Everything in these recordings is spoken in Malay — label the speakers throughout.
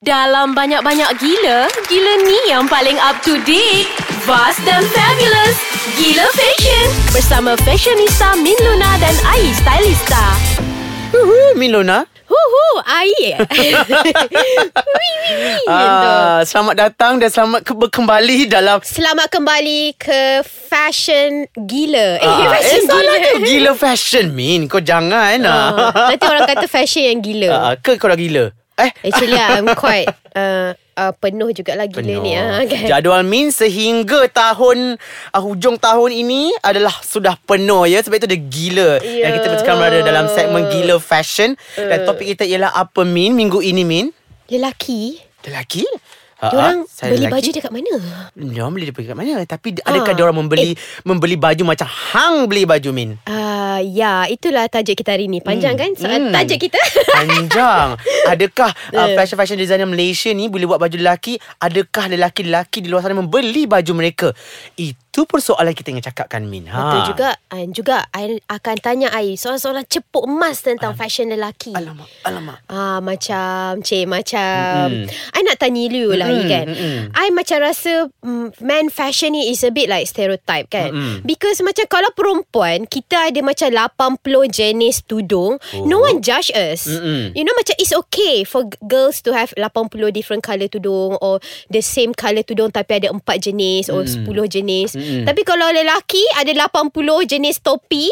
Speaker 1: Dalam banyak-banyak gila, gila ni yang paling up to date. Vast dan fabulous. Gila Fashion. Bersama fashionista Min Luna dan Ai Stylista.
Speaker 2: Uhu, Milona.
Speaker 1: Huhu, Ai. Wee, wee, wee. Gitu.
Speaker 2: Ah, selamat datang dan selamat ke- berkembali dalam
Speaker 3: Selamat kembali ke fashion gila. Eh,
Speaker 2: Ah,
Speaker 3: fashion
Speaker 2: salah
Speaker 3: gila.
Speaker 2: tu gila fashion Min Kau jangan ah.
Speaker 3: Ah, nanti orang kata fashion yang gila.
Speaker 2: Ah, Ke kau dah gila Eh
Speaker 3: Actually, I'm quite uh, uh, penuh jugalah gila
Speaker 2: Penuh.
Speaker 3: ni. ah, kan?
Speaker 2: Jadual Min sehingga tahun uh, hujung tahun ini adalah sudah penuh ya sebab itu dia gila. Dan
Speaker 3: Ya. Eh.
Speaker 2: kita sekarang berada dalam segmen gila fashion dan topik kita ialah apa Min minggu ini Min?
Speaker 3: Lelaki,
Speaker 2: Lelaki?
Speaker 3: diorang
Speaker 2: Ah, saya
Speaker 3: beli
Speaker 2: lelaki.
Speaker 3: baju Ah. dekat mana?
Speaker 2: Diorang beli dekat mana Tapi adakah diorang
Speaker 3: Eh.
Speaker 2: membeli Membeli baju macam Hang beli baju Min
Speaker 3: Ah, ya, itulah tajuk kita hari ni. Panjang kan? So,
Speaker 2: Hmm.
Speaker 3: Tajuk kita.
Speaker 2: Panjang Adakah uh, Fashion-fashion designer Malaysia ni Boleh buat baju lelaki Adakah lelaki-lelaki Di luar sana Membeli baju mereka Itu persoalan kita Yang cakapkan Min ha.
Speaker 3: Betul juga. Dan juga, I akan tanya Ai soalan-soalan cepuk emas tentang fashion lelaki.
Speaker 2: Ah. Alamak Alamak
Speaker 3: Ah macam Cik macam mm-hmm. I nak tanya you lah you
Speaker 2: Mm-mm,
Speaker 3: kan
Speaker 2: mm-mm.
Speaker 3: I macam rasa mm, Man fashion ni is a bit like stereotype kan
Speaker 2: Mm-mm.
Speaker 3: Because macam kalau perempuan Kita ada macam 80 jenis tudung oh. No
Speaker 2: Oh.
Speaker 3: one judge us
Speaker 2: Mm-mm.
Speaker 3: You know macam it's okay For g- girls to have 80 different colour tudung Or the same colour tudung Tapi ada 4 jenis Or 10 jenis
Speaker 2: Mm-mm.
Speaker 3: Tapi kalau lelaki Ada 80 jenis topi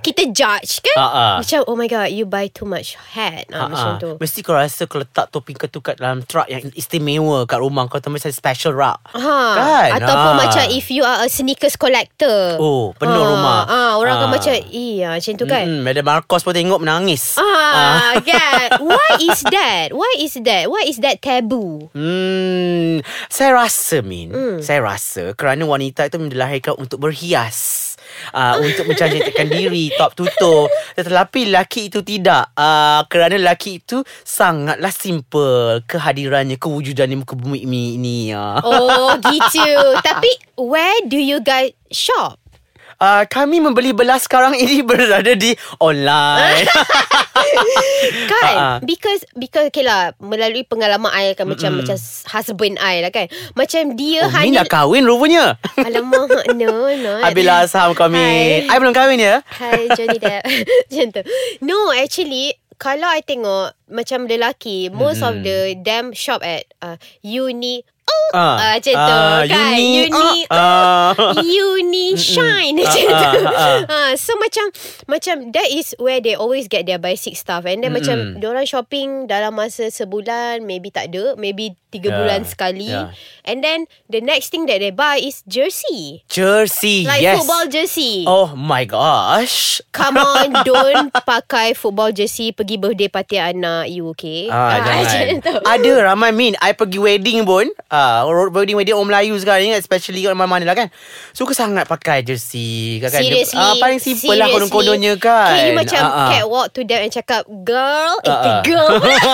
Speaker 3: kita judge kan
Speaker 2: Ah, ah.
Speaker 3: Macam oh my god You buy too much hat ah,
Speaker 2: Ha-ha.
Speaker 3: Macam tu
Speaker 2: Ha, Mesti kau rasa Kau letak topi kau tu Kat dalam truck Yang istimewa Kat rumah Kau tu macam special rak
Speaker 3: Ha,
Speaker 2: Kan?
Speaker 3: Ataupun
Speaker 2: Ah.
Speaker 3: macam If you are a sneakers collector
Speaker 2: Oh, penuh rumah.
Speaker 3: ah, Orang akan
Speaker 2: Ah. Mm.
Speaker 3: macam Iya macam tu kan
Speaker 2: Mm-mm, Madam Marcos pun tengok menangis
Speaker 3: Ah, kan Why is that? Why is that? Why is that taboo?
Speaker 2: Hmm, saya rasa Min,
Speaker 3: Hmm.
Speaker 2: saya rasa kerana wanita itu dilahirkan untuk berhias. Uh, untuk mencantikkan diri Top tutup Tetapi lelaki itu tidak uh, Kerana lelaki itu Sangatlah simple Kehadirannya Kewujudannya Muka bumi ini, ini uh.
Speaker 3: Oh gitu Tapi Where do you guys shop?
Speaker 2: Uh, Kami membeli belah sekarang ini Berada di online
Speaker 3: Kan
Speaker 2: Ah, ah.
Speaker 3: Because Because okay lah Melalui pengalaman I kan Macam macam husband I lah kan Macam dia
Speaker 2: Oh Min dah
Speaker 3: hanya
Speaker 2: kahwin rupanya lah,
Speaker 3: Alamak No no
Speaker 2: Abilah saham kami
Speaker 3: Hai.
Speaker 2: I belum kahwin ya
Speaker 3: Hai Johnny Depp Macam tu No actually Kalau I tengok Macam lelaki Most of the Them shop at uh, Uni Oh
Speaker 2: Ah,
Speaker 3: uh, Macam tu
Speaker 2: ah,
Speaker 3: kan
Speaker 2: uni,
Speaker 3: Uni
Speaker 2: ah, ah.
Speaker 3: Uni Shine Macam
Speaker 2: Ah,
Speaker 3: tu
Speaker 2: ah, ah,
Speaker 3: Ah, So macam Macam That is where they always Get their basic stuff And then macam Diorang shopping Dalam masa sebulan Maybe tak ada Maybe Tiga
Speaker 2: Yeah,
Speaker 3: bulan sekali
Speaker 2: yeah.
Speaker 3: And then The next thing that they buy Is jersey
Speaker 2: Jersey
Speaker 3: Like
Speaker 2: yes.
Speaker 3: football jersey
Speaker 2: Oh my gosh.
Speaker 3: Come on Don't pakai football jersey Pergi birthday party anak You okay
Speaker 2: Ah,
Speaker 3: macam
Speaker 2: jangan.
Speaker 3: tu.
Speaker 2: Ada ramai min. I pergi wedding pun. Ah, uh, wedding wedding orang Melayu sekarang ni especially orang mana lah kan. Suka sangat pakai jersey kan. kan. Dia-
Speaker 3: Seriously
Speaker 2: Ah, paling simple lah
Speaker 3: seriously.
Speaker 2: kodon-kodonnya kan.
Speaker 3: Can you macam
Speaker 2: Ah, ah.
Speaker 3: catwalk to them And cakap Girl uh,
Speaker 2: Ah,
Speaker 3: uh.
Speaker 2: ah.
Speaker 3: Girl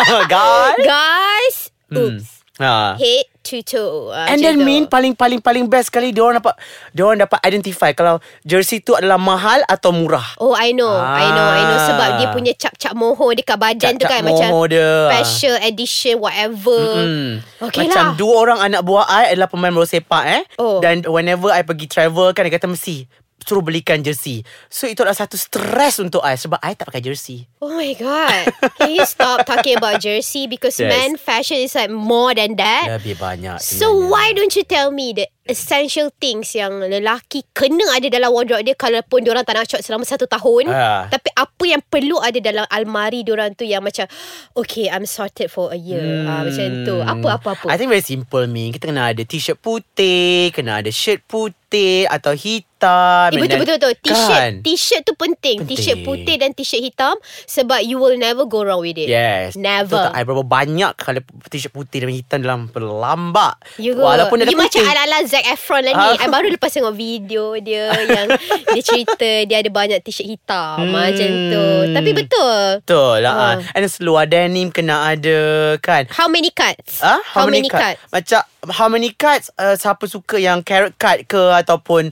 Speaker 2: Girl.
Speaker 3: Guys
Speaker 2: Hmm.
Speaker 3: Oops
Speaker 2: Ah.
Speaker 3: Head to toe Ah,
Speaker 2: And
Speaker 3: macam
Speaker 2: then
Speaker 3: tu.
Speaker 2: Min paling paling paling best sekali dia orang dapat dia orang dapat identify kalau jersey tu adalah mahal atau murah.
Speaker 3: Oh I know I know I know Sebab
Speaker 2: Ah.
Speaker 3: dia punya cap-cap moho Dekat badan tu
Speaker 2: Cap-cap
Speaker 3: kan Macam
Speaker 2: moho dia. Ah.
Speaker 3: Special edition Whatever
Speaker 2: Hmm.
Speaker 3: Okay
Speaker 2: Macam
Speaker 3: lah
Speaker 2: dua orang anak buah I adalah pemain bola sepak eh.
Speaker 3: Oh.
Speaker 2: Dan whenever I pergi travel kan dia kata mesti suruh belikan jersey. So itu adalah satu stres untuk I sebab I tak pakai jersey.
Speaker 3: Oh my god. Can you stop talking about jersey because
Speaker 2: Yes.
Speaker 3: men fashion is like more than that.
Speaker 2: Lebih
Speaker 3: Eh.
Speaker 2: banyak.
Speaker 3: So why don't you tell me the essential things yang lelaki kena ada dalam wardrobe dia kalaupun diorang tak nak shop selama satu tahun.
Speaker 2: Ah.
Speaker 3: Tapi apa yang perlu ada dalam almari diorang tu yang macam okay I'm sorted for a year. Ah, macam tu. Apa apa apa.
Speaker 2: Hmm. I think very simple Min Kita kena ada t-shirt putih Kena ada shirt putih Atau hitam
Speaker 3: Eh
Speaker 2: and
Speaker 3: betul
Speaker 2: then-
Speaker 3: betul betul. T-shirt
Speaker 2: Kan?
Speaker 3: t-shirt tu penting.
Speaker 2: Penting.
Speaker 3: T-shirt putih dan t-shirt hitam sebab you will never go wrong with it.
Speaker 2: Yes
Speaker 3: Never.
Speaker 2: Betul tak I berapa banyak Kalau t-shirt putih dan hitam Dalam pelambak
Speaker 3: You go.
Speaker 2: Walaupun dia
Speaker 3: you
Speaker 2: dah
Speaker 3: macam
Speaker 2: putih
Speaker 3: ala-ala Zac Efron lah ni.
Speaker 2: Ah.
Speaker 3: I baru lepas tengok video dia yang dia cerita dia ada banyak t-shirt hitam
Speaker 2: Hmm.
Speaker 3: hmm. macam tu. Tapi betul.
Speaker 2: Betul lah uh.
Speaker 3: Ah.
Speaker 2: And seluar denim kena ada Kan
Speaker 3: How many cuts?
Speaker 2: Ah,
Speaker 3: How, many, cuts?
Speaker 2: Macam how many cards uh, siapa suka yang carrot card ke ataupun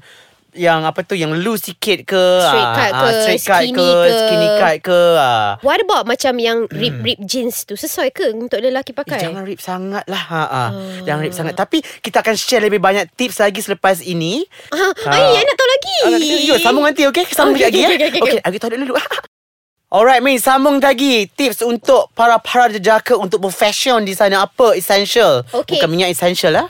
Speaker 2: yang apa tu yang loose sikit ke
Speaker 3: Straight
Speaker 2: ah,
Speaker 3: cut
Speaker 2: ah,
Speaker 3: ke,
Speaker 2: straight cut
Speaker 3: skinny
Speaker 2: ke,
Speaker 3: ke.
Speaker 2: skinny cut ke ah.
Speaker 3: What about macam yang rip-rip jeans tu Sesuai ke untuk lelaki
Speaker 2: Hmm. Eh,
Speaker 3: pakai?
Speaker 2: jangan rip sangat lah ha, ha. Jangan rip sangat Tapi kita akan share lebih banyak tips lagi selepas ini
Speaker 3: Ah,
Speaker 2: Ah.
Speaker 3: Ay, I nak tahu lagi
Speaker 2: Ah, Yo, sambung nanti okay Sambung
Speaker 3: Okay,
Speaker 2: okay, lagi
Speaker 3: okay, okay,
Speaker 2: okay, ya
Speaker 3: okay,
Speaker 2: Okay, okay, aku tahu dulu Alright Min Sambung lagi Tips untuk para-para jejaka Untuk berfashion di sana Apa essential
Speaker 3: Okay.
Speaker 2: Bukan minyak essential lah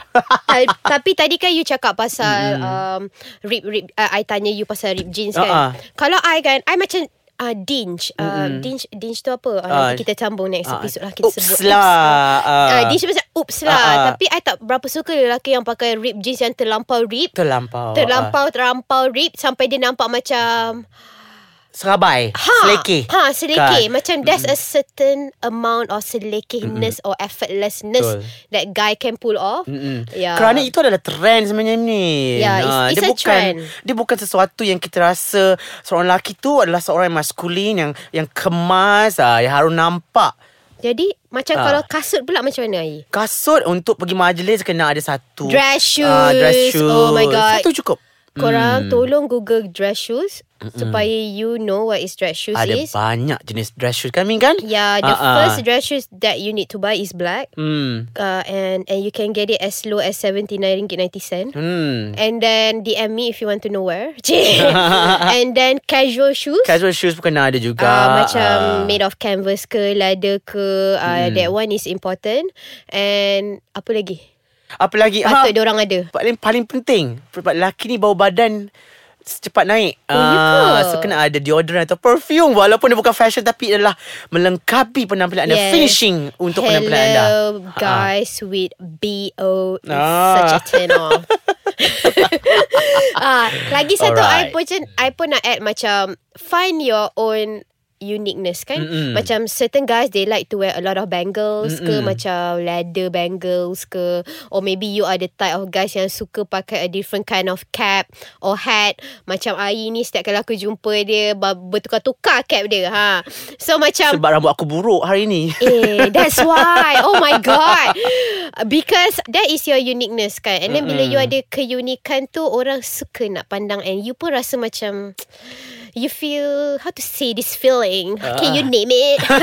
Speaker 3: Eh, Ta- Tapi tadi kan you cakap pasal um, Rip rip uh, I tanya you pasal rip jeans kan
Speaker 2: Hmm. Ah, ah.
Speaker 3: Kalau I kan I macam uh, dinge uh, Dinge Dinge tu apa uh,
Speaker 2: Ah.
Speaker 3: Nanti kita sambung next
Speaker 2: Ah,
Speaker 3: episode lah Kita
Speaker 2: Oops
Speaker 3: sebut
Speaker 2: lah
Speaker 3: Oops.
Speaker 2: ah.
Speaker 3: Uh, dinge macam oops lah
Speaker 2: Ah, ah.
Speaker 3: Tapi I tak berapa suka lelaki yang pakai rip jeans Yang terlampau rip
Speaker 2: Terlampau ah.
Speaker 3: Terlampau Terlampau rip Sampai dia nampak macam
Speaker 2: Serabai
Speaker 3: Ha,
Speaker 2: Selekeh Kan?
Speaker 3: Ha, selekeh. Macam there's a certain amount of selekehness or effortlessness
Speaker 2: Betul.
Speaker 3: that guy can pull off.
Speaker 2: Mm-mm.
Speaker 3: Yeah.
Speaker 2: Kerana itu adalah trend sebenarnya ni.
Speaker 3: Yeah, it's-
Speaker 2: Ah,
Speaker 3: Ya. it's
Speaker 2: dia
Speaker 3: a
Speaker 2: bukan
Speaker 3: trend.
Speaker 2: dia bukan sesuatu yang kita rasa seorang lelaki tu adalah seorang yang maskulin yang yang kemas ah yang harus nampak.
Speaker 3: Jadi, macam
Speaker 2: Ah.
Speaker 3: kalau kasut pula macam mana, Ai?
Speaker 2: Kasut untuk pergi majlis kena ada satu.
Speaker 3: Dress
Speaker 2: Ah, dress
Speaker 3: shoes. Oh
Speaker 2: shoes.
Speaker 3: my God.
Speaker 2: Satu cukup. Hmm.
Speaker 3: Korang tolong Google dress shoes supaya you know what is dress shoes
Speaker 2: Ada
Speaker 3: is.
Speaker 2: banyak jenis dress shoes kan Min kan?
Speaker 3: Yeah, the
Speaker 2: Ah, ah.
Speaker 3: first dress shoes that you need to buy is black.
Speaker 2: Hmm.
Speaker 3: Uh, and and you can get it as low as RM79.90.
Speaker 2: Hmm.
Speaker 3: And then DM me if you want to know where. and then casual shoes.
Speaker 2: Casual shoes pun kena ada juga.
Speaker 3: uh, macam
Speaker 2: Ah.
Speaker 3: made of canvas ke leather ke uh,
Speaker 2: Hmm.
Speaker 3: that one is important and apa lagi
Speaker 2: apa lagi?
Speaker 3: patut
Speaker 2: Ha,
Speaker 3: dia orang ada
Speaker 2: paling paling penting sebab lelaki ni bau badan cepat naik.
Speaker 3: Oh, ya ke?
Speaker 2: Ah, so kena ada deodorant atau perfume walaupun dia bukan fashion tapi dia adalah melengkapi penampilan anda,
Speaker 3: Yes.
Speaker 2: finishing untuk
Speaker 3: Hello,
Speaker 2: penampilan anda. Ha,
Speaker 3: guys with BO is
Speaker 2: Ah.
Speaker 3: such a turn off ah, lagi satu I
Speaker 2: Alright.
Speaker 3: pun macam- I pun nak add macam find your own uniqueness kan
Speaker 2: Mm-mm.
Speaker 3: macam certain guys they like to wear a lot of bangles ke
Speaker 2: Mm-mm.
Speaker 3: macam leather bangles ke or maybe you are the type of guys yang suka pakai a different kind of cap or hat macam I ni setiap kali aku jumpa dia ba- bertukar-tukar cap dia ha so
Speaker 2: Ha.
Speaker 3: macam
Speaker 2: Sebab rambut aku buruk hari ni.
Speaker 3: Eh, that's why. Oh my god. Because that is your uniqueness kan. And then bila you ada keunikan tu orang suka nak pandang and you pun rasa macam you feel how to say this feeling.
Speaker 2: Ah.
Speaker 3: Can you name it?
Speaker 2: Kan?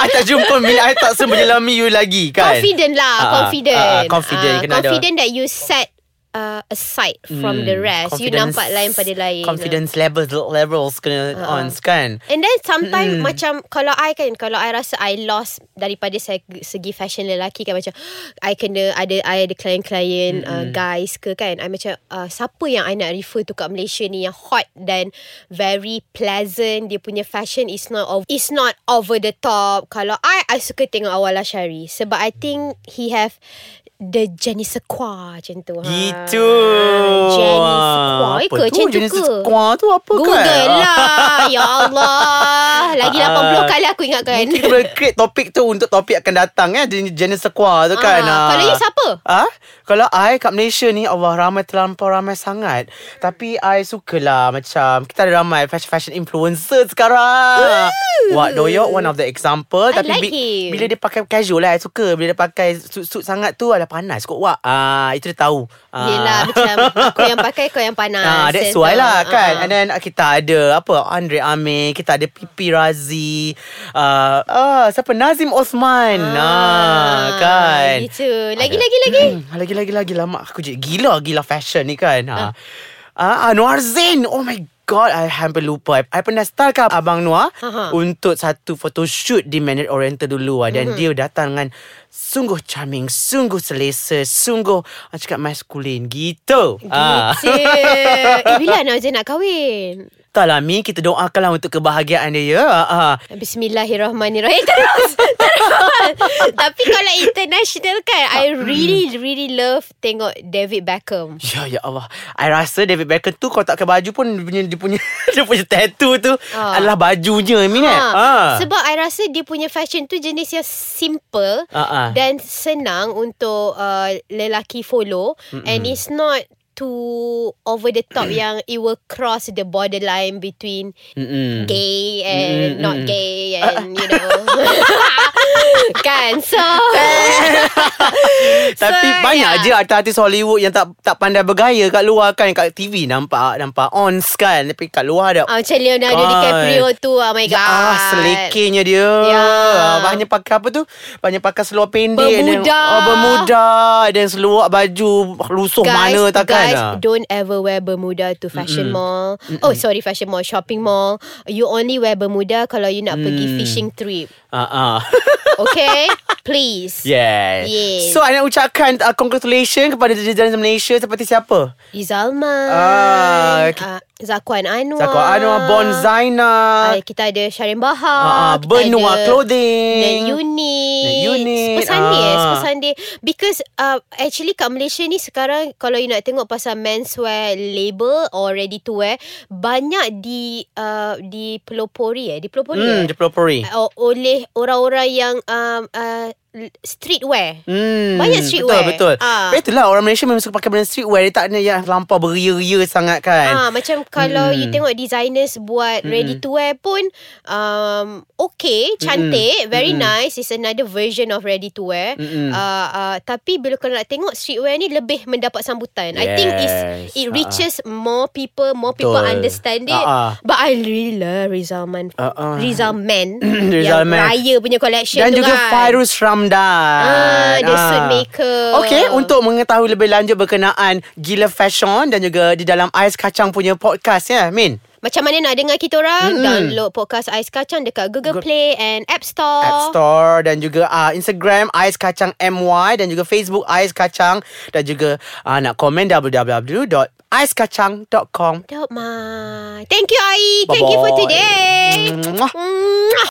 Speaker 2: I tak jumpa bila I tak semenyelami you lagi kan.
Speaker 3: confident lah,
Speaker 2: Ah, ah,
Speaker 3: confident.
Speaker 2: ah, ah, confident.
Speaker 3: Ah,
Speaker 2: Kena ada-
Speaker 3: confident that you set uh, aside from
Speaker 2: Hmm,
Speaker 3: the rest. You
Speaker 2: confidence-
Speaker 3: nampak lain pada lain. eh.
Speaker 2: Confidence level levels kena
Speaker 3: Ah, ah.
Speaker 2: on kan.
Speaker 3: And then sometimes
Speaker 2: Mm-mm.
Speaker 3: macam kalau I kan kalau I rasa I lost daripada segi, segi fashion lelaki kan macam I kena ada I ada klien-klien uh, guys ke kan I macam uh, siapa yang I nak refer to kat Malaysia ni yang hot dan very pleasant dia punya fashion is not of, is not over the top kalau I I suka tengok Awal Ashari sebab I think he have the Jenny Sequa macam tu ha.
Speaker 2: Gitu.
Speaker 3: Jenny Sequa Eh
Speaker 2: Apa
Speaker 3: ke
Speaker 2: tu?
Speaker 3: macam tu
Speaker 2: Jenis
Speaker 3: ke
Speaker 2: sekuah tu apa
Speaker 3: Google
Speaker 2: kan? Ah.
Speaker 3: lah Ya Allah Lagi
Speaker 2: Ah.
Speaker 3: 80 kali aku ingatkan
Speaker 2: Kita boleh create topik tu Untuk topik akan datang eh Jenis, jenis sekuah tu kan
Speaker 3: Ah, kalau you siapa?
Speaker 2: Ah, Kalau I kat Malaysia ni Allah ramai terlampau ramai sangat Tapi I sukalah macam Kita ada ramai fashion-fashion influencer sekarang Wak Doyok one of the example
Speaker 3: I
Speaker 2: Tapi
Speaker 3: like him.
Speaker 2: bila dia pakai casual lah I suka Bila dia pakai suit-suit sangat tu Alah panas kot Wak ah, Itu dia tahu ah.
Speaker 3: Yelah macam Aku yang pakai Kau yang panas
Speaker 2: Ah, that's
Speaker 3: Sense
Speaker 2: why
Speaker 3: ah,
Speaker 2: lah kan.
Speaker 3: ah.
Speaker 2: And then uh, kita ada apa Andre Amir, kita ada Pipi Razi, uh, ah siapa Nazim Osman. Ah, kan.
Speaker 3: Gitu Lagi lagi lagi
Speaker 2: Hmm, lagi lagi lagi lama aku je gila gila fashion ni kan. Ha.
Speaker 3: Hmm.
Speaker 2: Ah, Anwar Zain. Oh my God, I hampir lupa. I, I pernah stalk up Abang Noah
Speaker 3: Aha.
Speaker 2: untuk satu photoshoot di Mandarin Oriental dulu. ah.
Speaker 3: Hmm.
Speaker 2: Dan dia datang dengan sungguh charming, sungguh selesa, sungguh ah, cakap maskulin gitu. Ah.
Speaker 3: Gitu Eh bila Nauzin nak kahwin
Speaker 2: Tak lah Mi Kita doakanlah untuk kebahagiaan dia ya uh,
Speaker 3: Bismillahirrahmanirrahim Eh, Terus Terus Tapi kalau international kan I
Speaker 2: Hmm.
Speaker 3: really really love Tengok David Beckham
Speaker 2: Ya ya Allah I rasa David Beckham tu Kalau tak pakai baju pun Dia punya Dia punya, dia punya tattoo tu
Speaker 3: Ah.
Speaker 2: Adalah bajunya Mi kan
Speaker 3: Ha,
Speaker 2: Ah.
Speaker 3: Sebab I rasa dia punya fashion tu jenis yang simple
Speaker 2: Ah, ah.
Speaker 3: dan senang untuk uh, lelaki follow Mm-mm. and it's not too over the top yang it will cross the borderline between
Speaker 2: Mm-mm.
Speaker 3: gay and
Speaker 2: Mm-mm. Ah,
Speaker 3: not gay and you know kan so
Speaker 2: Tapi
Speaker 3: So, ya.
Speaker 2: banyak
Speaker 3: yeah.
Speaker 2: je artis-artis Hollywood yang tak tak pandai bergaya kat luar kan. Kat TV nampak nampak ons kan. Tapi kat luar ada
Speaker 3: Ah, Macam Leonardo
Speaker 2: Kan.
Speaker 3: DiCaprio tu Oh my god
Speaker 2: Ah, selekehnya dia.
Speaker 3: Ya.
Speaker 2: Yeah. Hanya pakai apa tu? Banyak pakai seluar pendek.
Speaker 3: Bermuda.
Speaker 2: Dan, oh, bermuda. Dan seluar baju lusuh
Speaker 3: Guys,
Speaker 2: Oh, mana takkan.
Speaker 3: guys,
Speaker 2: ah.
Speaker 3: don't ever wear Bermuda to fashion mall. Oh, sorry, fashion mall, shopping mall. You only wear Bermuda kalau you
Speaker 2: Hmm.
Speaker 3: nak pergi fishing trip.
Speaker 2: Ah, ah.
Speaker 3: Okay? Please.
Speaker 2: yeah.
Speaker 3: Yes.
Speaker 2: So, Ana ucapkan uh, congratulations kepada jajaran Malaysia seperti siapa?
Speaker 3: Izalman.
Speaker 2: Ah, ki-
Speaker 3: ah, Zakuan Anwar.
Speaker 2: Zakwa Anwar, Bon Zaina,
Speaker 3: Ah, kita ada Sharin
Speaker 2: ah, ah,
Speaker 3: Bahar. kita
Speaker 2: Benua
Speaker 3: ada
Speaker 2: Clothing.
Speaker 3: Dan unit
Speaker 2: Dan unit,
Speaker 3: Sepuluh Sunday eh
Speaker 2: ah.
Speaker 3: Sepuluh Sunday Because uh, Actually kat Malaysia ni Sekarang Kalau you nak tengok Pasal menswear label Or ready to wear Banyak di uh, Di pelopori eh Di pelopori
Speaker 2: Hmm,
Speaker 3: eh
Speaker 2: Jepulopori.
Speaker 3: O- Oleh orang-orang yang um, uh, Streetwear
Speaker 2: Hmm,
Speaker 3: Banyak streetwear.
Speaker 2: Betul, betul.
Speaker 3: Ah.
Speaker 2: Ah. Itulah orang Malaysia memang suka pakai benda streetwear. Dia tak ada yang lampau beria-ria sangat kan.
Speaker 3: Ah, macam kalau
Speaker 2: Hmm.
Speaker 3: you tengok designers buat ready to wear pun um, okay,
Speaker 2: Hmm.
Speaker 3: cantik, very nice. It's another version of ready to wear.
Speaker 2: Mm-mm.
Speaker 3: Uh, uh, tapi bila kau nak tengok streetwear ni lebih mendapat sambutan. I think it's,
Speaker 2: Yes.
Speaker 3: it
Speaker 2: Ah, ah.
Speaker 3: reaches more people, more people
Speaker 2: Betul.
Speaker 3: understand it.
Speaker 2: Ah, ah.
Speaker 3: But I really love Rizal Man.
Speaker 2: Ah, ah.
Speaker 3: Rizal Man.
Speaker 2: Rizal
Speaker 3: yang
Speaker 2: Man.
Speaker 3: Raya punya collection
Speaker 2: Dan
Speaker 3: tu
Speaker 2: juga
Speaker 3: kan.
Speaker 2: Fairuz Ramdan.
Speaker 3: Ah, dia suit maker.
Speaker 2: Okey, untuk mengetahui lebih lanjut berkenaan Gila Fashion dan juga di dalam Ais Kacang punya podcast ya, Min.
Speaker 3: Macam mana nak dengar kita orang? Mm-hmm. Download podcast Ais Kacang dekat Google Play and App Store.
Speaker 2: App Store dan juga uh, Instagram Ais Kacang MY dan juga Facebook Ais Kacang dan juga uh, nak komen www.aiskacang.com.
Speaker 3: Dope, Ma. Thank you, Ai. Thank you for
Speaker 2: Bye-bye.
Speaker 3: today.
Speaker 2: Mwah.
Speaker 3: Mwah.